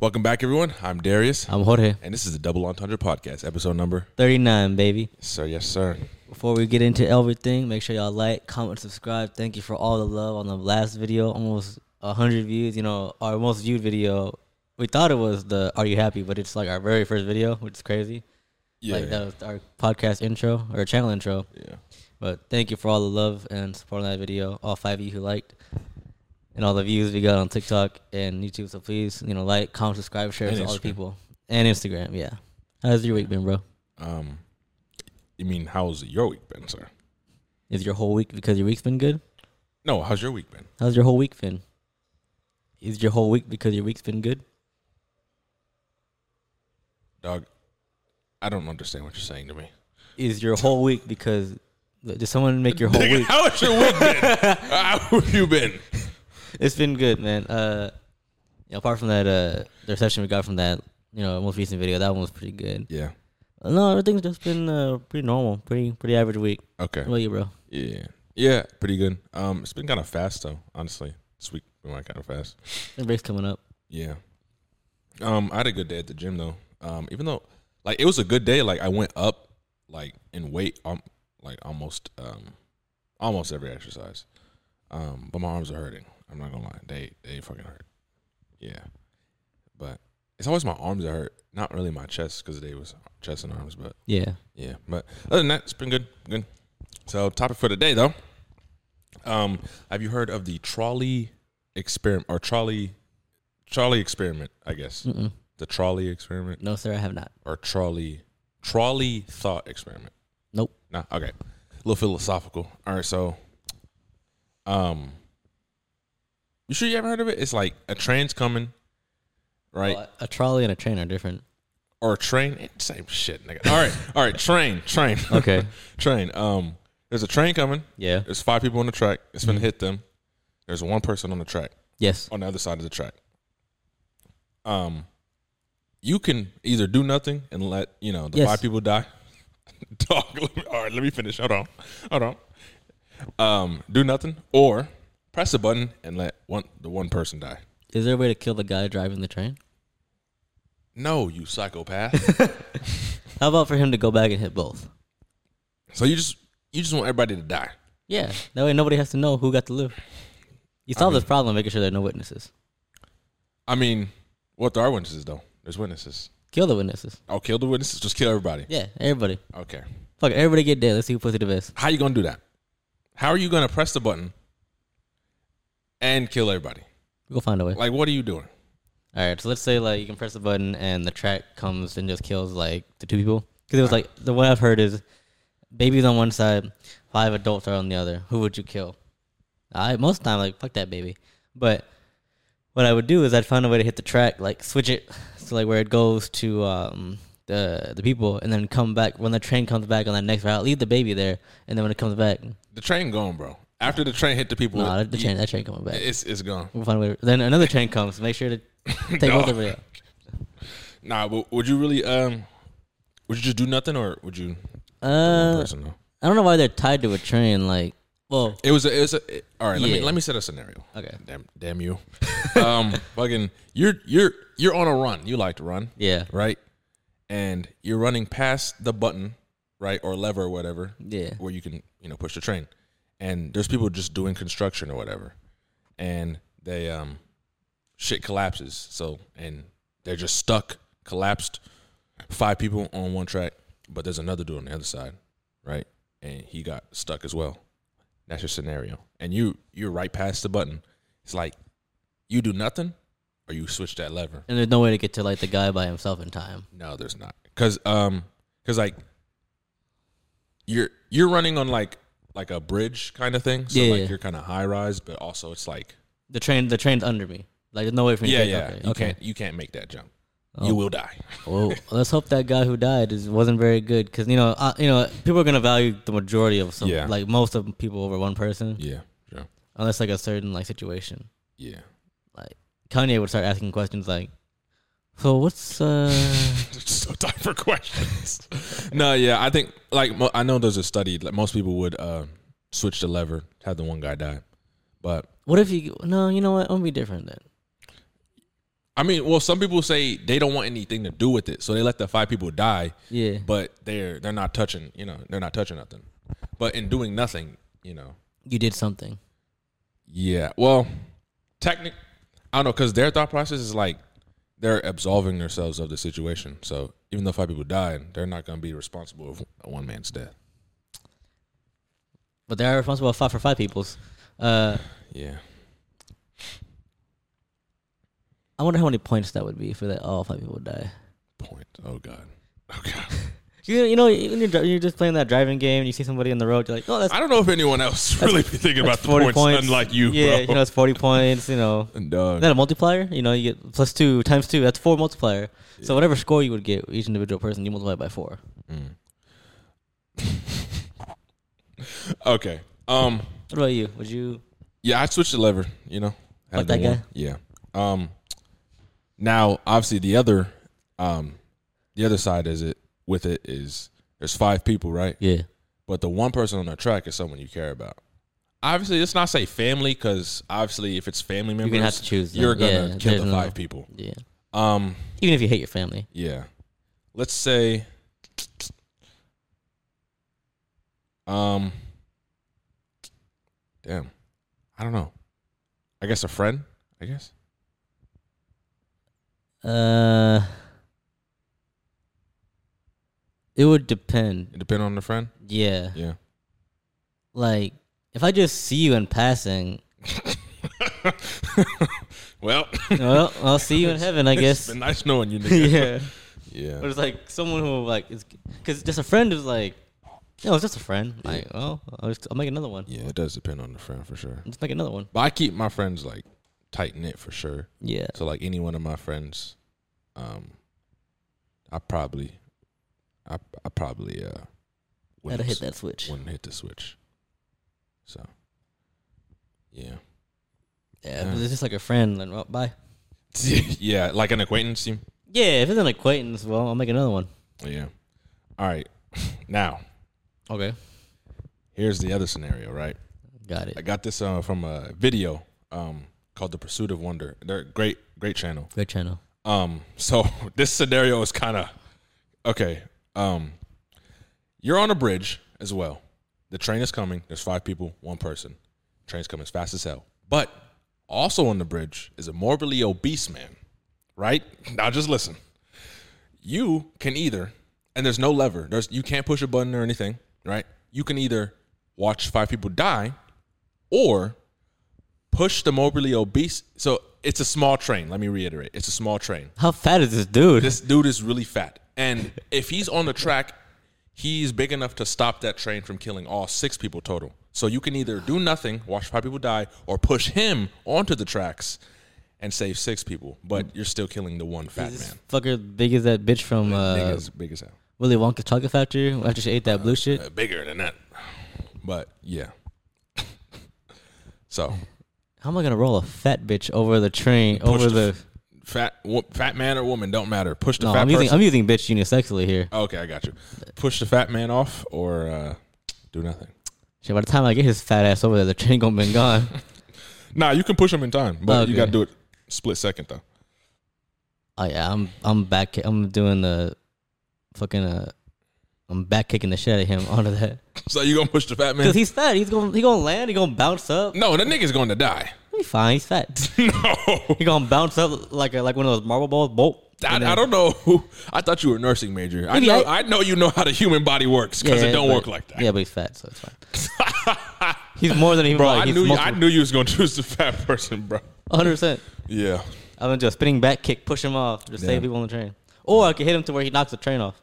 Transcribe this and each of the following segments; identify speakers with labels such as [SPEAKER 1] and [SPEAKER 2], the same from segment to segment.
[SPEAKER 1] Welcome back, everyone. I'm Darius,
[SPEAKER 2] I'm Jorge.
[SPEAKER 1] and this is the Double Entendre Podcast, episode number.
[SPEAKER 2] 39, baby.
[SPEAKER 1] Yes, sir. Yes, sir.
[SPEAKER 2] Before we get into everything, make sure y'all like, comment, subscribe. Thank you for all the love on the last video. Almost 100 views. You know, our most viewed video. We thought it was the Are You Happy, but it's like our very first video, which is crazy.
[SPEAKER 1] Yeah.
[SPEAKER 2] Like that was our podcast intro or channel intro.
[SPEAKER 1] yeah.
[SPEAKER 2] But thank you for all the love and support on that video. All five of you who liked and all the views we got on TikTok and YouTube. So please, you know, like, comment, subscribe, share
[SPEAKER 1] And
[SPEAKER 2] to all the
[SPEAKER 1] Instagram.
[SPEAKER 2] people. And Instagram, yeah. How's your week been, bro?
[SPEAKER 1] Um, you mean how's your week been, sir?
[SPEAKER 2] Is your whole week because your week's been good?
[SPEAKER 1] No, how's your week been?
[SPEAKER 2] How's your whole week been? Is your whole week because your week's been good?
[SPEAKER 1] Dog, I don't understand what you're saying to me.
[SPEAKER 2] Is your whole week because did someone make your whole week?
[SPEAKER 1] How's your week been? How have you been?
[SPEAKER 2] It's been good, man. Uh, you know, apart from that, uh, the reception we got from that, you know, most recent video, that one was pretty good.
[SPEAKER 1] Yeah.
[SPEAKER 2] Uh, No, everything's just been uh, pretty normal, pretty pretty average week.
[SPEAKER 1] Okay.
[SPEAKER 2] What about you, bro?
[SPEAKER 1] Yeah. Yeah, pretty good. Um, it's been kind of fast though, honestly. This week we went kind of fast.
[SPEAKER 2] The break's coming up.
[SPEAKER 1] Yeah. Um, I had a good day at the gym though. Um, even though like it was a good day, like I went up like in weight um like almost um almost every exercise. Um, but my arms are hurting. I'm not gonna lie. They they fucking hurt. Yeah. But it's always my arms that hurt, not really my chest, because today was chest and arms, but
[SPEAKER 2] Yeah,
[SPEAKER 1] yeah, but other than that, it's been good. Good. So topic for today though. Um, have you heard of the trolley experiment or trolley trolley experiment, I guess.
[SPEAKER 2] Mm-mm.
[SPEAKER 1] The trolley experiment
[SPEAKER 2] no, sir, I have not.
[SPEAKER 1] or trolley trolley thought experiment?
[SPEAKER 2] Nope.
[SPEAKER 1] Nah, okay. A little philosophical. All right, so um You sure you haven't heard of it? It's like a train's coming, right?
[SPEAKER 2] Well, Oh, a trolley and a train are different.
[SPEAKER 1] Or a train, eh, same shit, nigga. All right, all right, train, train.
[SPEAKER 2] Okay.
[SPEAKER 1] train. Um, there's a train coming.
[SPEAKER 2] yeah.
[SPEAKER 1] There's five people on the track. It's
[SPEAKER 2] Mhm.
[SPEAKER 1] gonna hit them. There's one person on the track
[SPEAKER 2] Yes.
[SPEAKER 1] on the other side of the track. Um, you can either do nothing and let you know the
[SPEAKER 2] Yes.
[SPEAKER 1] five people die. Dog. Let me, all right, let me finish. Hold on, hold on. Um, do nothing or press a button and let one the one person die.
[SPEAKER 2] Is there a way to kill the guy driving the train?
[SPEAKER 1] No, you psychopath.
[SPEAKER 2] How about for him to go back and hit both?
[SPEAKER 1] so you just you just want everybody to die.
[SPEAKER 2] Yeah. That way nobody has to know who got to live. You solve this problem making sure there are no witnesses.
[SPEAKER 1] I mean, what there are witnesses though. There's witnesses.
[SPEAKER 2] Kill the witnesses.
[SPEAKER 1] I'll kill the witnesses. Just kill everybody.
[SPEAKER 2] Yeah, everybody.
[SPEAKER 1] Okay.
[SPEAKER 2] Fuck, it, everybody get dead. Let's see who puts it the best.
[SPEAKER 1] How you gonna do that? How are you gonna press the button and kill everybody?
[SPEAKER 2] We'll find a way.
[SPEAKER 1] Like, what are you doing?
[SPEAKER 2] All right, so let's say like you can press the button and the track comes and just kills like the two people. Because it was like the one I've heard is babies on one side, five adults are on the other. Who would you kill? I most of the time like fuck that baby. But what I would do is I'd find a way to hit the track, like switch it so like where it goes to um the the people, and then come back when the train comes back on that next route. Leave the baby there, and then when it comes back,
[SPEAKER 1] The train gone, bro. After the train hit the people,
[SPEAKER 2] nah,
[SPEAKER 1] with-
[SPEAKER 2] the train that train coming back.
[SPEAKER 1] it's it's gone.
[SPEAKER 2] We'll find a way. Then another train comes. Make sure to take
[SPEAKER 1] No.
[SPEAKER 2] both of it.
[SPEAKER 1] Nah, but would you really um? Would you just do nothing, or would you?
[SPEAKER 2] Uh,
[SPEAKER 1] person, though?
[SPEAKER 2] I don't know why they're tied to a train. Like, well,
[SPEAKER 1] It was a, it was a, it- all right. Let me
[SPEAKER 2] Yeah.
[SPEAKER 1] let me set a scenario.
[SPEAKER 2] Okay.
[SPEAKER 1] Damn damn you. um, fucking you're you're you're on a run. You like to run.
[SPEAKER 2] yeah,
[SPEAKER 1] right? And you're running past the button, right, or lever or whatever,
[SPEAKER 2] Yeah.
[SPEAKER 1] where you can you know push the train. And there's people just doing construction or whatever, and they um shit collapses. So and they're just stuck, collapsed. Five people on one track, but there's another dude on the other side, right? And he got stuck as well. That's your scenario. And you you're right past the button. It's like you do nothing, or you switch that lever.
[SPEAKER 2] and there's no way to get to like the guy by himself in time.
[SPEAKER 1] No, there's not. Cause um, cause like you're you're running on like like a bridge kind of thing. So
[SPEAKER 2] Yeah,
[SPEAKER 1] like
[SPEAKER 2] yeah.
[SPEAKER 1] you're kind of high rise, but also it's like
[SPEAKER 2] The train, the train's under me. Like, there's no way for me.
[SPEAKER 1] yeah,
[SPEAKER 2] to
[SPEAKER 1] yeah.
[SPEAKER 2] get
[SPEAKER 1] You
[SPEAKER 2] Okay. Oh. okay.
[SPEAKER 1] can't you can't make that jump. You will die.
[SPEAKER 2] Well, let's hope that guy who died is wasn't very good because you know, I, you know, people are gonna value the majority of some,
[SPEAKER 1] Yeah.
[SPEAKER 2] like most of people over one person,
[SPEAKER 1] Yeah, yeah,
[SPEAKER 2] unless like a certain like situation.
[SPEAKER 1] yeah.
[SPEAKER 2] Like Kanye would start asking questions like, "So what's uh."
[SPEAKER 1] so time for questions. no, yeah, I think like mo- I know there's a study. Like most people would uh, switch the lever, have the one guy die, but
[SPEAKER 2] What if you? No, you know what? I'm gonna be different then.
[SPEAKER 1] I mean, well, some people say they don't want anything to do with it, so they let the five people die.
[SPEAKER 2] Yeah.
[SPEAKER 1] But they're they're not touching, you know, they're not touching nothing. But in doing nothing, you know,
[SPEAKER 2] You did something.
[SPEAKER 1] yeah. Well, technic, I don't know, because their thought process is like they're absolving themselves of the situation. So even though five people die, they're not going to be responsible for one man's death.
[SPEAKER 2] But they are responsible for five for five people's. Uh,
[SPEAKER 1] Yeah.
[SPEAKER 2] I wonder how many points that would be for that all five people die.
[SPEAKER 1] Point. Oh God. Oh God.
[SPEAKER 2] You, you know, when you're, dri- you're just playing that driving game and you see somebody in the road, you're like, oh, that's,
[SPEAKER 1] I don't know if anyone else really be thinking about
[SPEAKER 2] that's
[SPEAKER 1] the
[SPEAKER 2] 40
[SPEAKER 1] points,
[SPEAKER 2] points,
[SPEAKER 1] unlike you,
[SPEAKER 2] Yeah,
[SPEAKER 1] bro.
[SPEAKER 2] you know, it's 40 points, you know.
[SPEAKER 1] Dog.
[SPEAKER 2] Is that a multiplier? You know, you get plus two times two. That's four multiplier. So whatever score you would get each individual person, you multiply by four.
[SPEAKER 1] Mm. Okay. Um.
[SPEAKER 2] What about you? Would you?
[SPEAKER 1] Yeah, I switched the lever. You know, Had
[SPEAKER 2] Like
[SPEAKER 1] the
[SPEAKER 2] that
[SPEAKER 1] one-
[SPEAKER 2] guy?
[SPEAKER 1] Yeah. Um. Now, obviously, the other, um, the other side is it with it is there's five people, right?
[SPEAKER 2] Yeah.
[SPEAKER 1] But the one person on the track is someone you care about. Obviously, let's not say family because obviously, if it's family members,
[SPEAKER 2] gonna have to choose them.
[SPEAKER 1] You're gonna
[SPEAKER 2] Yeah,
[SPEAKER 1] kill
[SPEAKER 2] there's
[SPEAKER 1] the
[SPEAKER 2] no-
[SPEAKER 1] five people.
[SPEAKER 2] Yeah.
[SPEAKER 1] Um.
[SPEAKER 2] Even if you hate your family.
[SPEAKER 1] Yeah. Let's say um damn. I don't know. I guess a friend, I guess.
[SPEAKER 2] Uh, it would depend.
[SPEAKER 1] It depends on the friend.
[SPEAKER 2] Yeah.
[SPEAKER 1] Yeah.
[SPEAKER 2] Like, if I just see you in passing,
[SPEAKER 1] Well,
[SPEAKER 2] well, I'll see you in heaven, I
[SPEAKER 1] it's
[SPEAKER 2] guess.
[SPEAKER 1] been nice knowing you nigga.
[SPEAKER 2] yeah. But
[SPEAKER 1] yeah.
[SPEAKER 2] it's like someone who like is because just a friend is like, no, it's just a friend. Like, well, I'll just I'll make another one.
[SPEAKER 1] Yeah, it does depend on the friend for sure.
[SPEAKER 2] Just make another one.
[SPEAKER 1] But I keep my friends like tight knit for sure.
[SPEAKER 2] Yeah.
[SPEAKER 1] So like any one of my friends, um, I probably, I I probably uh,
[SPEAKER 2] Gotta
[SPEAKER 1] wouldn't
[SPEAKER 2] hit that switch.
[SPEAKER 1] wouldn't hit the switch. So, yeah, Yeah.
[SPEAKER 2] Yeah, but it's just like a friend. Like, well, bye.
[SPEAKER 1] yeah, like an acquaintance. You,
[SPEAKER 2] Yeah, if it's an acquaintance, well, I'll make another one.
[SPEAKER 1] yeah. All right. Now
[SPEAKER 2] Okay.
[SPEAKER 1] here's the other scenario. Right.
[SPEAKER 2] Got
[SPEAKER 1] I
[SPEAKER 2] it.
[SPEAKER 1] got this uh, from a video um called "The Pursuit of Wonder." They're a great, great channel.
[SPEAKER 2] Good channel.
[SPEAKER 1] Um, so this scenario is kind of okay. Um, you're on a bridge as well. The train is coming. There's five people, one person. Train's coming as fast as hell. But also on the bridge is a morbidly obese man. Right now, just listen. You can either, and there's no lever. There's you can't push a button or anything. Right? You can either watch five people die, or push the morbidly obese. So it's a small train. Let me reiterate. It's a small train.
[SPEAKER 2] How fat is this dude?
[SPEAKER 1] This dude is really fat. And if he's on the track, he's big enough to stop that train from killing all six people total. So you can either do nothing, watch five people die, or push him onto the tracks and save six people. But you're still killing the one fat
[SPEAKER 2] This
[SPEAKER 1] man.
[SPEAKER 2] fucker big as that bitch from uh,
[SPEAKER 1] Nigga's big as hell.
[SPEAKER 2] Willy Wonka's Chocolate Factory after she ate that blue shit.
[SPEAKER 1] Uh, bigger than that. But yeah. so
[SPEAKER 2] How am I gonna roll a fat bitch over the train over
[SPEAKER 1] the
[SPEAKER 2] the?
[SPEAKER 1] fat wo- fat man or woman don't matter. Push the
[SPEAKER 2] no,
[SPEAKER 1] fat
[SPEAKER 2] I'm using
[SPEAKER 1] person.
[SPEAKER 2] I'm using bitch unisexually here.
[SPEAKER 1] okay, I got you. Push the fat man off or uh, do nothing.
[SPEAKER 2] Shit, by the time I get his fat ass over there, the train gonna be gone.
[SPEAKER 1] Nah, you can push them in time, but you
[SPEAKER 2] Okay.
[SPEAKER 1] got to do it split second though.
[SPEAKER 2] oh yeah, I'm I'm back. I'm doing the fucking uh, I'm back kicking the shit out of him onto that
[SPEAKER 1] So you gonna push the fat man?
[SPEAKER 2] because he's fat. He's gonna he gonna land. He gonna bounce up.
[SPEAKER 1] no, the nigga's going to die.
[SPEAKER 2] He'll be fine. He's fat.
[SPEAKER 1] no,
[SPEAKER 2] He gonna bounce up like a, like one of those marble balls. Bolt.
[SPEAKER 1] I,
[SPEAKER 2] and then-
[SPEAKER 1] I don't know. Who, I thought you were a nursing major. I
[SPEAKER 2] Maybe
[SPEAKER 1] know. I,
[SPEAKER 2] I-
[SPEAKER 1] know you know how the human body works because it
[SPEAKER 2] Yeah,
[SPEAKER 1] don't
[SPEAKER 2] but-
[SPEAKER 1] work like that.
[SPEAKER 2] Yeah, but he's fat, so it's fine. he's more than even
[SPEAKER 1] bro,
[SPEAKER 2] like
[SPEAKER 1] I
[SPEAKER 2] he's
[SPEAKER 1] knew. You, I
[SPEAKER 2] multiple-
[SPEAKER 1] knew you was gonna choose the fat person, bro.
[SPEAKER 2] 100. percent
[SPEAKER 1] Yeah.
[SPEAKER 2] I'm gonna do a spinning back kick, push him off, just
[SPEAKER 1] Yeah.
[SPEAKER 2] save people on the train. Or I could hit him to where he knocks the train off.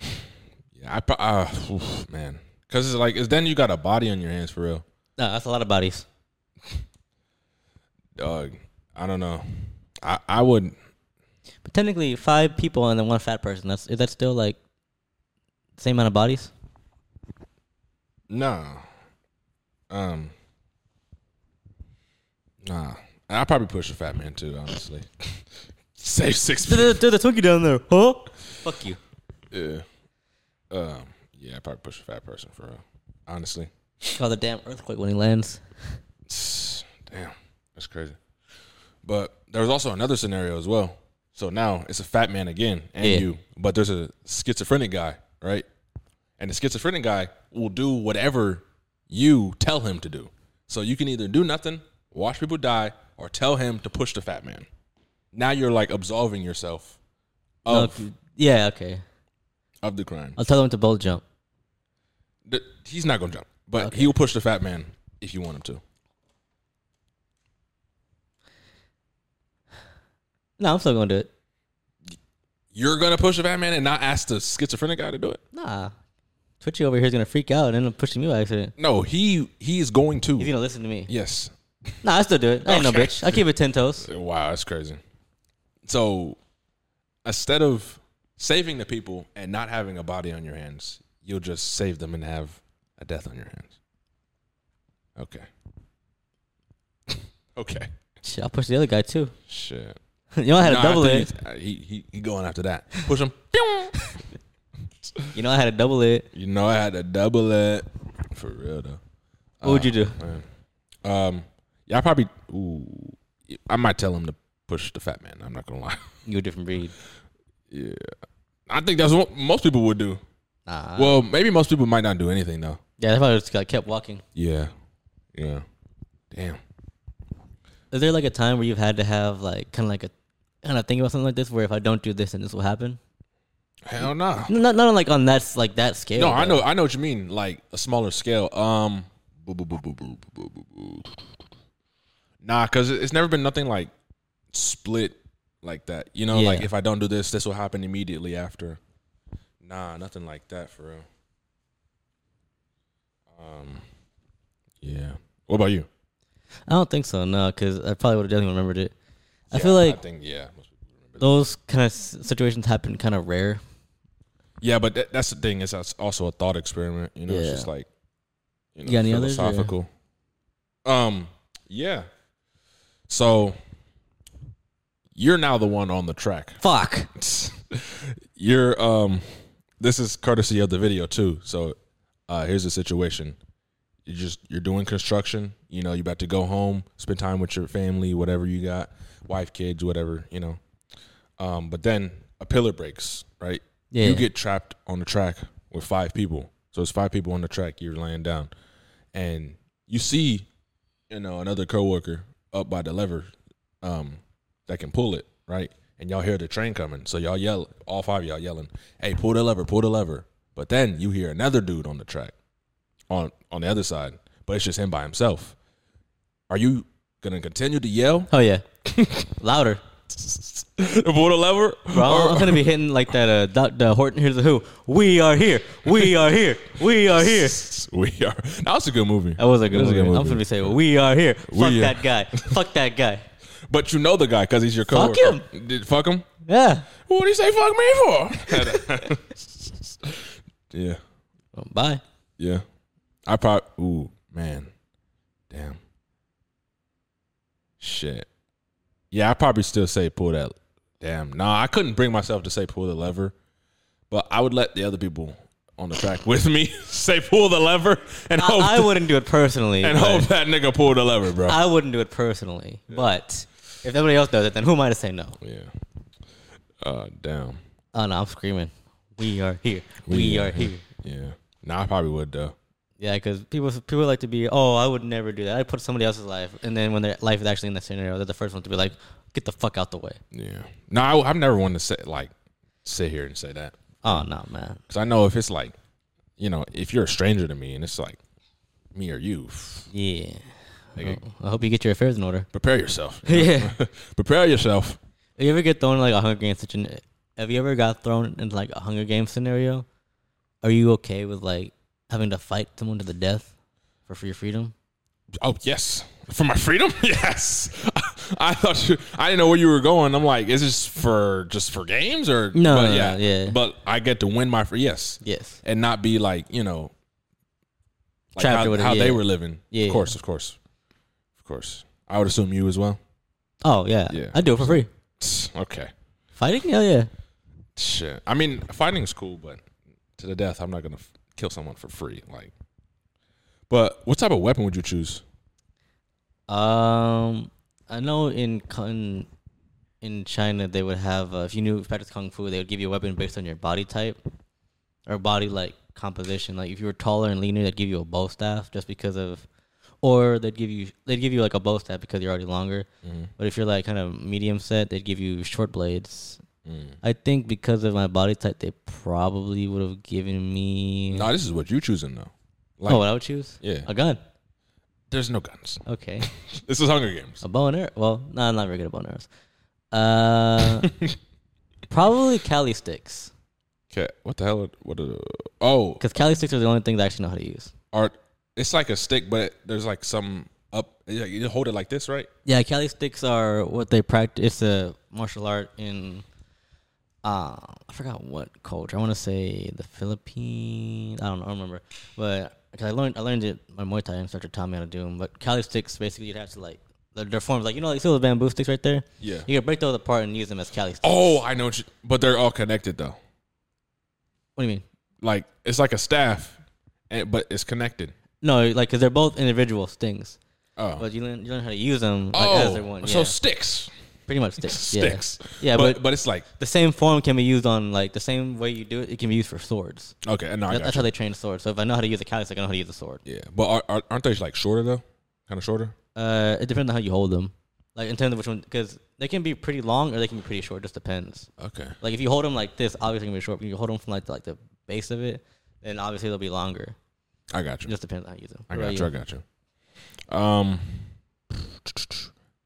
[SPEAKER 1] Yeah. I pro- uh, oof, man, because it's like, it's then you got a body on your hands for real.
[SPEAKER 2] Nah, that's a lot of bodies.
[SPEAKER 1] Dog, I don't know. I I would.
[SPEAKER 2] But technically, five people and then one fat person. That's is that still like same amount of bodies?
[SPEAKER 1] No. Um. Nah. I probably push a fat man too, honestly. Save six people.
[SPEAKER 2] There's a Twinkie down there, huh? Fuck you.
[SPEAKER 1] Yeah. Um. Yeah, I probably push a fat person for real. Honestly.
[SPEAKER 2] Call the damn earthquake when he lands.
[SPEAKER 1] Damn, that's crazy. But there was also another scenario as well. So now it's a fat man again and
[SPEAKER 2] Yeah.
[SPEAKER 1] you, but there's a schizophrenic guy, right? And the schizophrenic guy will do whatever you tell him to do. So you can either do nothing, watch people die, or tell him to push the fat man. Now you're like absolving yourself
[SPEAKER 2] No,
[SPEAKER 1] of
[SPEAKER 2] if- yeah, okay.
[SPEAKER 1] of the crime.
[SPEAKER 2] I'll tell them to both jump.
[SPEAKER 1] Th- He's not gonna jump, but he'll push the fat man if you want him to.
[SPEAKER 2] No, I'm still gonna do it.
[SPEAKER 1] You're gonna push the fat man and not ask the schizophrenic guy to do it.
[SPEAKER 2] Nah, Twitchy over here is gonna freak out and end up pushing me by accident.
[SPEAKER 1] No, he he is going to.
[SPEAKER 2] He's gonna listen to me.
[SPEAKER 1] yes.
[SPEAKER 2] Nah, I still do it. I ain't no
[SPEAKER 1] Okay.
[SPEAKER 2] bitch. I keep it ten toes.
[SPEAKER 1] Wow, that's crazy. So instead of saving the people and not having a body on your hands, you'll just save them and have a death on your hands. Okay. okay.
[SPEAKER 2] Shit, I'll push the other guy too.
[SPEAKER 1] Shit.
[SPEAKER 2] you know I had
[SPEAKER 1] Nah, I
[SPEAKER 2] a double
[SPEAKER 1] think
[SPEAKER 2] it.
[SPEAKER 1] he's- uh, He, he he going after that. Push him.
[SPEAKER 2] You know I had a double it.
[SPEAKER 1] You know I had to double it. For real though. Uh,
[SPEAKER 2] What would you do?
[SPEAKER 1] Um, yeah, I probably. Ooh, I might tell him to push the fat man. I'm not gonna lie.
[SPEAKER 2] You a different breed.
[SPEAKER 1] Yeah, I think that's what most people would do.
[SPEAKER 2] Nah.
[SPEAKER 1] well, maybe most people might not do anything though.
[SPEAKER 2] yeah, that's why I just like, kept walking.
[SPEAKER 1] Yeah, yeah. Damn.
[SPEAKER 2] Is there like a time where you've had to have like kind of like a kind of think about something like this, where if I don't do this, then this will happen?
[SPEAKER 1] Hell no.
[SPEAKER 2] No, Not not on like on that s- like that scale.
[SPEAKER 1] No, I
[SPEAKER 2] but-
[SPEAKER 1] know. I know what you mean. Like a smaller scale. Um. boo, boo, boo, boo, boo, boo, boo, boo. Nah, cause it- it's never been nothing like split like that. You know,
[SPEAKER 2] Yeah.
[SPEAKER 1] like if I don't do this, this will happen immediately after. Nah, nothing like that for real. Um. Yeah. What about you?
[SPEAKER 2] I don't think so. No, because I probably would have definitely remembered it. I
[SPEAKER 1] Yeah,
[SPEAKER 2] feel like
[SPEAKER 1] I think yeah. most people-
[SPEAKER 2] those kind of situations happen kind of rare.
[SPEAKER 1] Yeah, but that, that's the thing. It's als- also a thought experiment. You know, it's
[SPEAKER 2] Yeah.
[SPEAKER 1] just like you know,
[SPEAKER 2] You got any others, or-
[SPEAKER 1] philosophical. um, yeah. So you're now the one on the track.
[SPEAKER 2] Fuck.
[SPEAKER 1] you're um, this is courtesy of the video too. So uh, here's the situation. You just you're doing construction. You know, you about to go home, spend time with your family, whatever you got, wife, kids, whatever. You know, um, but then a pillar breaks, right?
[SPEAKER 2] Yeah.
[SPEAKER 1] You get trapped on the track with five people. So it's five people on the track. You're laying down, and you see, you know, another coworker up by the lever, um, that can pull it, right? And y'all hear the train coming, so y'all yell, all five of y'all yelling, "Hey, pull the lever, pull the lever!" But then you hear another dude on the track, on on the other side, but it's just him by himself. Are you gonna continue to yell,
[SPEAKER 2] Oh yeah. Louder.
[SPEAKER 1] pull the lever,
[SPEAKER 2] Bro, I'm gonna be hitting like that. Uh, Dr. Horton here's the Who. We are here. We are here. We are here.
[SPEAKER 1] We are. That was a good movie.
[SPEAKER 2] That was a good,
[SPEAKER 1] That was a good
[SPEAKER 2] movie. I'm
[SPEAKER 1] movie.
[SPEAKER 2] gonna be saying we are here. Fuck
[SPEAKER 1] are-
[SPEAKER 2] that guy. Fuck that guy.
[SPEAKER 1] But you know the guy because he's your
[SPEAKER 2] Fuck
[SPEAKER 1] coworker.
[SPEAKER 2] him.
[SPEAKER 1] Did fuck him?
[SPEAKER 2] Yeah.
[SPEAKER 1] What do you say? Fuck me for? yeah,
[SPEAKER 2] Well, bye.
[SPEAKER 1] yeah. I probably. Ooh, man, damn. Shit. Yeah, I probably still say pull that. Damn. Nah, I couldn't bring myself to say pull the lever, but I would let the other people on the track with me say pull the lever and hope
[SPEAKER 2] I, I wouldn't do it personally.
[SPEAKER 1] Oh, and
[SPEAKER 2] but
[SPEAKER 1] hope that nigga pull the lever, bro.
[SPEAKER 2] I wouldn't do it personally. But if everybody else does it, then who am I to say no?
[SPEAKER 1] yeah. Uh, damn.
[SPEAKER 2] Oh no, I'm screaming. We are here. We, are here.
[SPEAKER 1] Yeah. Nah, I probably would though.
[SPEAKER 2] Yeah, because people people like to be. Oh, I would never do that. I put somebody else's life, and then when their life is actually in that scenario, they're the first one to be like, "Get the fuck out the way."
[SPEAKER 1] Yeah. No, I, I've never wanted to say like sit here and say that
[SPEAKER 2] Oh no, man.
[SPEAKER 1] because I know if it's like, you know, if you're a stranger to me and it's like me or you,
[SPEAKER 2] Yeah.
[SPEAKER 1] Like,
[SPEAKER 2] Well, I hope you get your affairs in order.
[SPEAKER 1] prepare yourself.
[SPEAKER 2] Yeah.
[SPEAKER 1] prepare yourself.
[SPEAKER 2] Have you ever get thrown in like a Hunger Games situation? Have you ever got thrown in like a Hunger Games scenario? Are you okay with like having to fight someone to the death for for your freedom?
[SPEAKER 1] Oh yes, for my freedom. Yes. I thought you. I didn't know where you were going. I'm like, is this for just for games or
[SPEAKER 2] No,
[SPEAKER 1] But
[SPEAKER 2] no, no, yeah.
[SPEAKER 1] But I get to win my free. Yes.
[SPEAKER 2] Yes.
[SPEAKER 1] and not be like you know like
[SPEAKER 2] Trapped or
[SPEAKER 1] how,
[SPEAKER 2] whatever,
[SPEAKER 1] how they
[SPEAKER 2] yeah.
[SPEAKER 1] were living.
[SPEAKER 2] Yeah.
[SPEAKER 1] Of course, of course, of course. I would assume you as well.
[SPEAKER 2] Oh yeah.
[SPEAKER 1] Yeah.
[SPEAKER 2] I do it for free.
[SPEAKER 1] Okay,
[SPEAKER 2] Fighting? Hell yeah.
[SPEAKER 1] shit. I mean, fighting's cool, but to the death, I'm not gonna f- kill someone for free. Like, but what type of weapon would you choose?
[SPEAKER 2] Um, I know in, co- in in China they would have uh, if you knew practice kung fu they would give you a weapon based on your body type or body like composition. Like if you were taller and leaner, they'd give you a bow staff just because of, or they'd give you they'd give you like a bow staff because you're already longer.
[SPEAKER 1] Mm-hmm.
[SPEAKER 2] But if you're like kind of medium set, they'd give you short blades.
[SPEAKER 1] Mm.
[SPEAKER 2] I think because of my body type, they probably would have given me.
[SPEAKER 1] No, this is what you choosing though. Like,
[SPEAKER 2] oh, what I would choose?
[SPEAKER 1] Yeah.
[SPEAKER 2] a gun.
[SPEAKER 1] there's no guns.
[SPEAKER 2] Okay,
[SPEAKER 1] This is Hunger Games.
[SPEAKER 2] a bow and arrow. Well, no, I'm not very good at bow and arrows. Uh, probably cali sticks
[SPEAKER 1] Okay, what the hell? What? Are, oh,
[SPEAKER 2] because cali sticks are the only things I actually know how to use.
[SPEAKER 1] art. It's like a stick, but there's like some up. yeah, You hold it like this, right?
[SPEAKER 2] Yeah, Cali sticks are what they practice. It's a martial art in, uh, I forgot what culture. I want to say the Philippines. I don't know. I don't remember. But because I learned, I learned it. My Muay Thai instructor taught me how to do them. But Cali sticks basically you'd have to like their, their forms, like you know, like see those bamboo sticks right there.
[SPEAKER 1] Yeah.
[SPEAKER 2] You can break those apart and use them as Cali sticks.
[SPEAKER 1] Oh, I know. What you, but they're all connected though.
[SPEAKER 2] What do you mean?
[SPEAKER 1] Like it's like a staff, and, but it's connected.
[SPEAKER 2] No, like because they're both individual things,
[SPEAKER 1] Oh,
[SPEAKER 2] but you learn you learn how to use them like
[SPEAKER 1] oh,
[SPEAKER 2] as their one.
[SPEAKER 1] so
[SPEAKER 2] yeah.
[SPEAKER 1] sticks,
[SPEAKER 2] pretty much sticks.
[SPEAKER 1] sticks.
[SPEAKER 2] Yeah,
[SPEAKER 1] but
[SPEAKER 2] but-
[SPEAKER 1] but, it's like
[SPEAKER 2] Yeah. The same form can be used on like the same way you do it. It can be used for swords.
[SPEAKER 1] okay. No, I
[SPEAKER 2] That-
[SPEAKER 1] got
[SPEAKER 2] that's
[SPEAKER 1] you.
[SPEAKER 2] how they train swords. So if I know how to use a callus, I know how to use a sword.
[SPEAKER 1] Yeah, but are, are, aren't they like shorter though? Kind of shorter.
[SPEAKER 2] Uh, it depends on how you hold them. Like in terms of which one, because they can be pretty long or they can be pretty short. Just depends.
[SPEAKER 1] Okay.
[SPEAKER 2] Like if you hold them like this, obviously gonna be short. But if you hold them from like the, like the base of it, then obviously they'll be longer.
[SPEAKER 1] I got
[SPEAKER 2] It
[SPEAKER 1] you.
[SPEAKER 2] just depends on how you use them.
[SPEAKER 1] I
[SPEAKER 2] What
[SPEAKER 1] got
[SPEAKER 2] about
[SPEAKER 1] you. I got you. Um,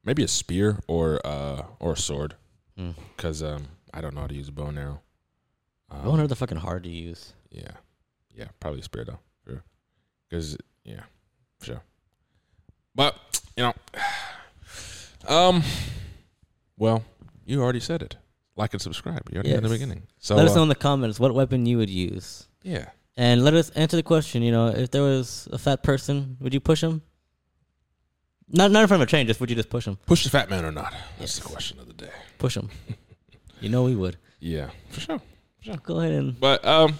[SPEAKER 1] maybe a spear or uh or a sword,
[SPEAKER 2] Hmm.
[SPEAKER 1] because um I don't know how to use a bow and arrow.
[SPEAKER 2] I wonder if they're fucking hard to use.
[SPEAKER 1] Yeah, yeah, probably a spear though, sure. Because yeah, for sure. But you know, um, well, you already said it. Like and subscribe. You already in the
[SPEAKER 2] Yes.
[SPEAKER 1] beginning. So
[SPEAKER 2] let us
[SPEAKER 1] uh,
[SPEAKER 2] know in the comments what weapon you would use,
[SPEAKER 1] yeah,
[SPEAKER 2] and let us answer the question. You know, if there was a fat person, would you push him? Not not in front of a train. Just would you just push him?
[SPEAKER 1] push the fat man or not? That's the
[SPEAKER 2] Yes.
[SPEAKER 1] question of the day.
[SPEAKER 2] Push him. you know we would.
[SPEAKER 1] Yeah, for sure.
[SPEAKER 2] Go ahead and
[SPEAKER 1] But um,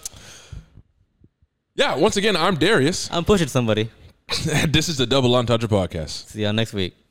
[SPEAKER 1] yeah. Once again, I'm Darius.
[SPEAKER 2] I'm pushing somebody.
[SPEAKER 1] this is the Double Entendre Podcast.
[SPEAKER 2] See y'all next week.